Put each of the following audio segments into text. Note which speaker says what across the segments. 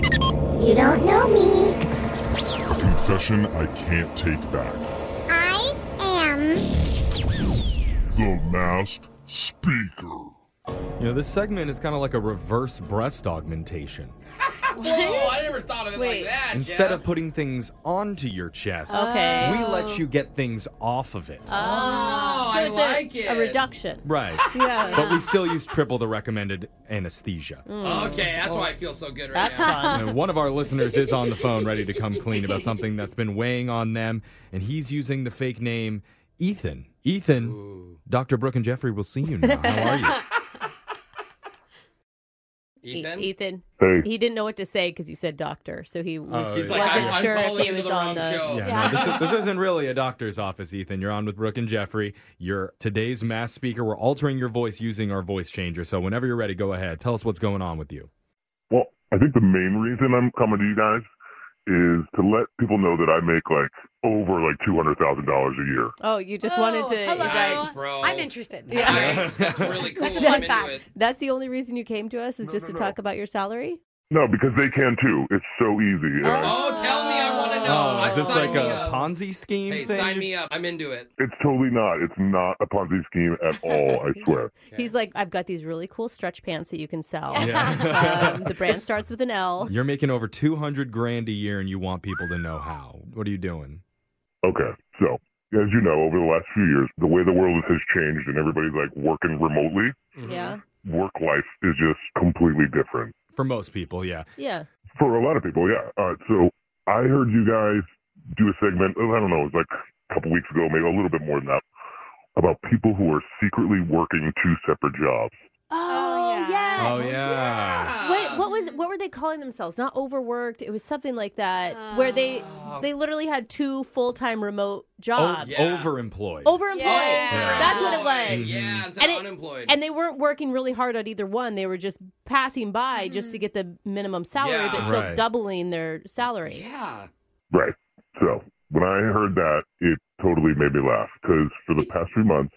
Speaker 1: You don't know me.
Speaker 2: A confession I can't take back.
Speaker 1: I am.
Speaker 2: The Masked Speaker.
Speaker 3: You know, this segment is kind of like a reverse breast augmentation.
Speaker 4: Oh, I never thought of it
Speaker 5: Wait.
Speaker 4: like that.
Speaker 3: Instead
Speaker 4: Jeff.
Speaker 3: of putting things onto your chest,
Speaker 5: Okay.
Speaker 3: we let you get things off of it.
Speaker 4: oh,
Speaker 5: So
Speaker 4: I
Speaker 5: it's
Speaker 4: like
Speaker 5: a,
Speaker 4: it.
Speaker 5: a reduction.
Speaker 3: Right.
Speaker 5: Yeah.
Speaker 3: But we still use triple the recommended anesthesia.
Speaker 5: Mm.
Speaker 4: Okay, that's why I feel so good right
Speaker 5: That's
Speaker 4: now.
Speaker 5: fun.
Speaker 3: And one of our listeners is on the phone ready to come clean about something that's been weighing on them, and he's using the fake name Ethan. Ethan, Dr. Brooke and Jeffrey will see you now. How are you?
Speaker 5: E-
Speaker 4: Ethan.
Speaker 5: Ethan.
Speaker 2: Hey.
Speaker 5: He didn't know what to say because you said doctor, so he was,
Speaker 3: Oh,
Speaker 5: wasn't
Speaker 3: He's
Speaker 4: It's like I'm, I'm
Speaker 5: sure
Speaker 4: calling
Speaker 5: if he
Speaker 4: into
Speaker 5: was
Speaker 4: the
Speaker 5: on
Speaker 4: wrong
Speaker 5: the.
Speaker 4: show.
Speaker 3: Yeah, no, this, is, this isn't really a doctor's office, Ethan. You're on with Brooke and Jeffrey. You're today's mass speaker. We're altering your voice using our voice changer. So whenever you're ready, go ahead. Tell us what's going on with you.
Speaker 2: Well, I think the main reason I'm coming to you guys is to let people know that I make like over like two hundred thousand dollars a year.
Speaker 5: Oh, you just
Speaker 6: Oh,
Speaker 5: wanted to.
Speaker 6: hello.
Speaker 4: Nice, bro.
Speaker 6: I'm interested. now.
Speaker 5: Yeah.
Speaker 4: Nice. That's really cool.
Speaker 6: That's a
Speaker 4: I'm
Speaker 6: fun
Speaker 4: into
Speaker 6: fact.
Speaker 4: it.
Speaker 5: That's the only reason you came to us is
Speaker 2: No, no,
Speaker 5: just to
Speaker 2: no.
Speaker 5: talk about your salary.
Speaker 2: No, because they can too. It's so easy. And I,
Speaker 4: Oh, tell me. I want to know.
Speaker 3: Oh,
Speaker 4: I
Speaker 3: is this
Speaker 4: sign
Speaker 3: like
Speaker 4: me
Speaker 3: a
Speaker 4: up.
Speaker 3: Ponzi scheme
Speaker 4: Hey,
Speaker 3: thing?
Speaker 4: sign me up. I'm into it.
Speaker 2: it's totally not. It's not a Ponzi scheme at all. I swear.
Speaker 5: He's like, I've got these really cool stretch pants that you can sell.
Speaker 3: Yeah.
Speaker 5: um, the brand starts with an L.
Speaker 3: You're making over 200 grand a year and you want people to know how. What are you doing?
Speaker 2: Okay, so as you know, over the last few years, the way the world has changed and everybody's like working remotely,
Speaker 4: Mm-hmm.
Speaker 5: Yeah.
Speaker 2: work life is just completely different.
Speaker 3: For most people, yeah.
Speaker 5: Yeah.
Speaker 2: For a lot of people, yeah. Uh, so I heard you guys do a segment, oh, I don't know, it was like a couple weeks ago, maybe a little bit more than that, about people who are secretly working two separate jobs.
Speaker 6: Oh, yeah.
Speaker 3: Oh,
Speaker 4: Mm-hmm.
Speaker 3: yeah.
Speaker 5: Wait, what was what were they calling themselves? Not overworked. It was something like that, where they
Speaker 4: Oh.
Speaker 5: they literally had two full time remote
Speaker 3: O-
Speaker 5: jobs.
Speaker 4: yeah.
Speaker 3: Overemployed.
Speaker 5: Overemployed.
Speaker 6: Yeah.
Speaker 5: That's what it
Speaker 4: Unemployed.
Speaker 5: was.
Speaker 4: Oh, Yeah, instead
Speaker 5: And
Speaker 4: of
Speaker 5: it-
Speaker 4: unemployed.
Speaker 5: And they weren't working really hard on either one. They were just passing by just to get the minimum salary,
Speaker 4: Yeah.
Speaker 5: but still
Speaker 3: Right.
Speaker 5: doubling their salary.
Speaker 4: yeah.
Speaker 2: Right. So when I heard that, it totally made me laugh because for the past few months,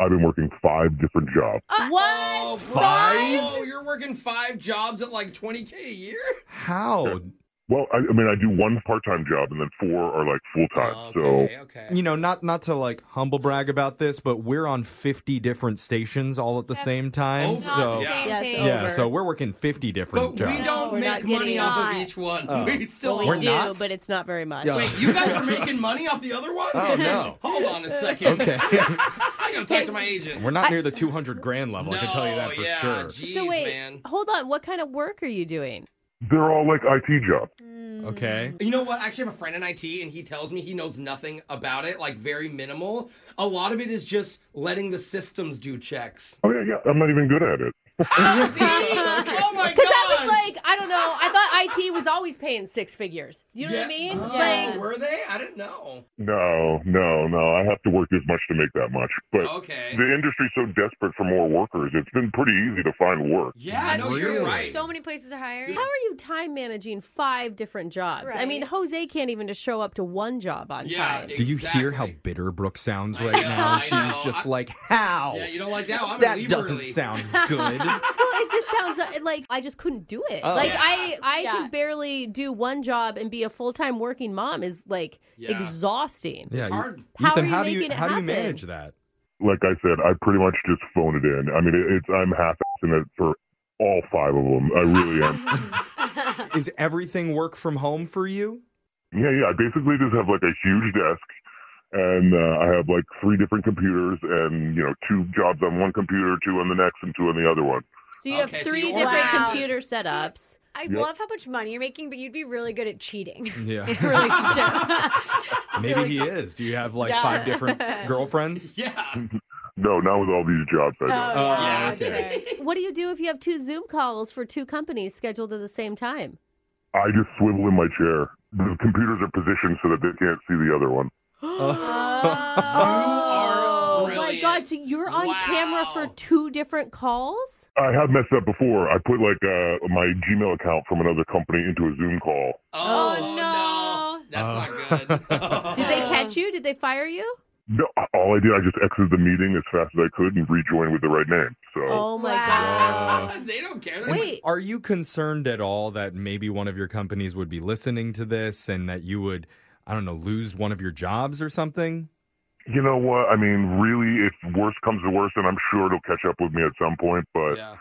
Speaker 2: I've been working five different jobs.
Speaker 6: Uh,
Speaker 4: Oh,
Speaker 3: Five?
Speaker 4: bro, you're working five jobs at like 20k a year?
Speaker 3: How?
Speaker 2: Well, I, I mean, I do one part time job and then four are like full time. So.
Speaker 4: Oh, okay, okay.
Speaker 3: You know, not not to like humble brag about this, but we're on 50 different stations all at the same time.
Speaker 4: Oh,
Speaker 6: Not
Speaker 3: so
Speaker 6: the
Speaker 4: Yeah.
Speaker 6: same
Speaker 5: Yeah,
Speaker 6: thing.
Speaker 5: it's
Speaker 3: yeah,
Speaker 5: over.
Speaker 3: so we're working 50 different
Speaker 4: but
Speaker 3: jobs.
Speaker 4: we don't
Speaker 6: We're
Speaker 4: make
Speaker 5: not
Speaker 4: money
Speaker 5: getting-
Speaker 4: off of
Speaker 6: Not.
Speaker 4: each one.
Speaker 3: Oh.
Speaker 4: we still
Speaker 5: We
Speaker 3: We're
Speaker 5: do,
Speaker 3: not?
Speaker 5: but it's not very much.
Speaker 3: Yeah.
Speaker 4: Wait, you guys are making money off the other one?
Speaker 3: Oh, no.
Speaker 4: Hold on a second.
Speaker 3: okay.
Speaker 4: I gotta talk to my agent.
Speaker 3: we're not near the 200 grand level, I can tell you that for
Speaker 4: Oh, yeah,
Speaker 3: sure.
Speaker 4: Geez,
Speaker 5: so wait,
Speaker 4: man.
Speaker 5: hold on. What kind of work are you doing?
Speaker 2: They're all like IT jobs.
Speaker 4: Mm.
Speaker 3: Okay.
Speaker 4: You know what? I actually have a friend in IT, and he tells me he knows nothing about it, like very minimal. A lot of it is just letting the systems do checks.
Speaker 2: Oh yeah, yeah. I'm not even good at it.
Speaker 4: See? oh my god!
Speaker 5: Because I was like, I don't know. I thought IT was always paying six figures. Do you know
Speaker 4: Yeah.
Speaker 5: what I mean?
Speaker 4: Oh,
Speaker 5: Like,
Speaker 4: were they? I didn't know.
Speaker 2: No, no, no. I have to work as much to make that much. But
Speaker 4: Okay.
Speaker 2: the industry's so desperate for more workers, it's been pretty easy to find work.
Speaker 4: Yeah, no, you're
Speaker 3: Really?
Speaker 4: right.
Speaker 6: So many places are hiring.
Speaker 5: how are you time managing five different jobs? I mean,
Speaker 6: Right.
Speaker 5: Jose can't even just show up to one job on
Speaker 4: yeah.
Speaker 5: time.
Speaker 3: Do you hear how
Speaker 4: exactly.
Speaker 3: bitter Brooke sounds
Speaker 4: I
Speaker 3: right
Speaker 4: know,
Speaker 3: now?
Speaker 4: I know.
Speaker 3: She's just
Speaker 4: I-
Speaker 3: like, how?
Speaker 4: Yeah, you don't like that. Well, I'm gonna
Speaker 3: that
Speaker 4: leave
Speaker 3: doesn't
Speaker 4: early.
Speaker 3: sound good.
Speaker 5: Well, it just sounds uh, like I just couldn't do it.
Speaker 3: Oh.
Speaker 5: Like
Speaker 4: Yeah.
Speaker 5: I, I
Speaker 6: Yeah.
Speaker 5: can barely do one job and be a full time working mom is like
Speaker 4: Yeah.
Speaker 5: exhausting.
Speaker 3: yeah,
Speaker 4: It's
Speaker 3: you-
Speaker 4: hard.
Speaker 5: How
Speaker 3: Ethan,
Speaker 5: are you
Speaker 3: how do you
Speaker 5: making it
Speaker 3: how do you
Speaker 5: happen?
Speaker 3: manage that?
Speaker 2: Like I said, I pretty much just phone it in. I mean, it, it's I'm half-assing it for all five of them. I really am.
Speaker 3: Is everything work from home for you?
Speaker 2: yeah, yeah. I basically just have like a huge desk, and uh, I have like three different computers, and you know, two jobs on one computer, two on the next, and two on the other one.
Speaker 5: So you have
Speaker 4: Okay, so
Speaker 5: three
Speaker 4: you
Speaker 5: different
Speaker 6: organize it.
Speaker 5: computer setups.
Speaker 6: I love how much money you're making, but you'd be really good at cheating.
Speaker 3: Yeah.
Speaker 6: Relationship.
Speaker 3: Maybe he is. Do you have like
Speaker 6: Yeah.
Speaker 3: five different girlfriends?
Speaker 4: Yeah.
Speaker 2: No, not with all these jobs. I don't.
Speaker 3: yeah,
Speaker 6: Oh, okay.
Speaker 5: What do you do if you have two Zoom calls for two companies scheduled at the same time?
Speaker 2: I just swivel in my chair. The computers are positioned so that they can't see the other one.
Speaker 4: are
Speaker 5: oh my
Speaker 4: brilliant.
Speaker 5: god! So you're on camera for
Speaker 4: Wow.
Speaker 5: two different calls?
Speaker 2: I have messed up before. I put like uh, my Gmail account from another company into a Zoom call.
Speaker 4: Oh,
Speaker 6: Oh, no.
Speaker 4: That's not good.
Speaker 5: Did they catch you? Did they fire you?
Speaker 2: No, all I did, I just exited the meeting as fast as I could and rejoined with the right name. So
Speaker 5: Oh my
Speaker 3: Wow.
Speaker 4: they don't care.
Speaker 5: god. Wait.
Speaker 3: Are you concerned at all that maybe one of your companies would be listening to this and that you would, I don't know, lose one of your jobs or something?
Speaker 2: you know what? I mean, really, if worse comes to worse, and I'm sure it'll catch up with me at some point. But
Speaker 4: Yeah.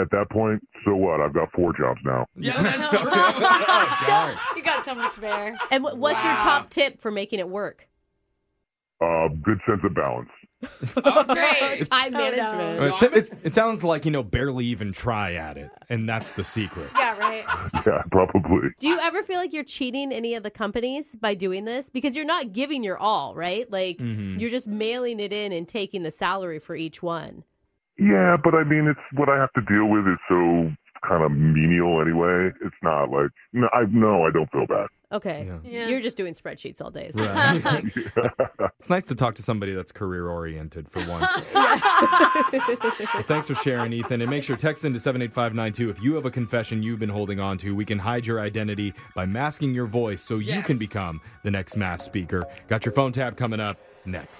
Speaker 2: at that point, so what? I've got four jobs now.
Speaker 4: Yeah, that's true.
Speaker 3: Oh, darn.
Speaker 6: You got some to spare.
Speaker 5: And what, what's your
Speaker 4: Wow.
Speaker 5: top tip for making it work?
Speaker 2: Uh, good sense of balance.
Speaker 4: okay.
Speaker 5: Time
Speaker 6: Oh, no.
Speaker 5: management.
Speaker 3: It, sa- it, it sounds like, you know, barely even try at it. And that's the secret.
Speaker 6: Yeah, right.
Speaker 2: Yeah, probably.
Speaker 5: Do you ever feel like you're cheating any of the companies by doing this? Because you're not giving your all, right? Like
Speaker 3: Mhm.
Speaker 5: you're just mailing it in and taking the salary for each one.
Speaker 2: Yeah, but I mean, it's what I have to deal with is so kind of menial anyway. It's not like no, I no, I don't feel bad.
Speaker 5: Okay.
Speaker 3: Yeah.
Speaker 6: Yeah.
Speaker 5: You're just doing spreadsheets all day. is what it sounds
Speaker 3: Right. it's nice to talk to somebody that's career oriented for once. well, thanks for sharing, Ethan. And make sure text into 78592 if you have a confession you've been holding on to. We can hide your identity by masking your voice so you
Speaker 4: Yes.
Speaker 3: can become the next mass speaker. Got your phone tab coming up next.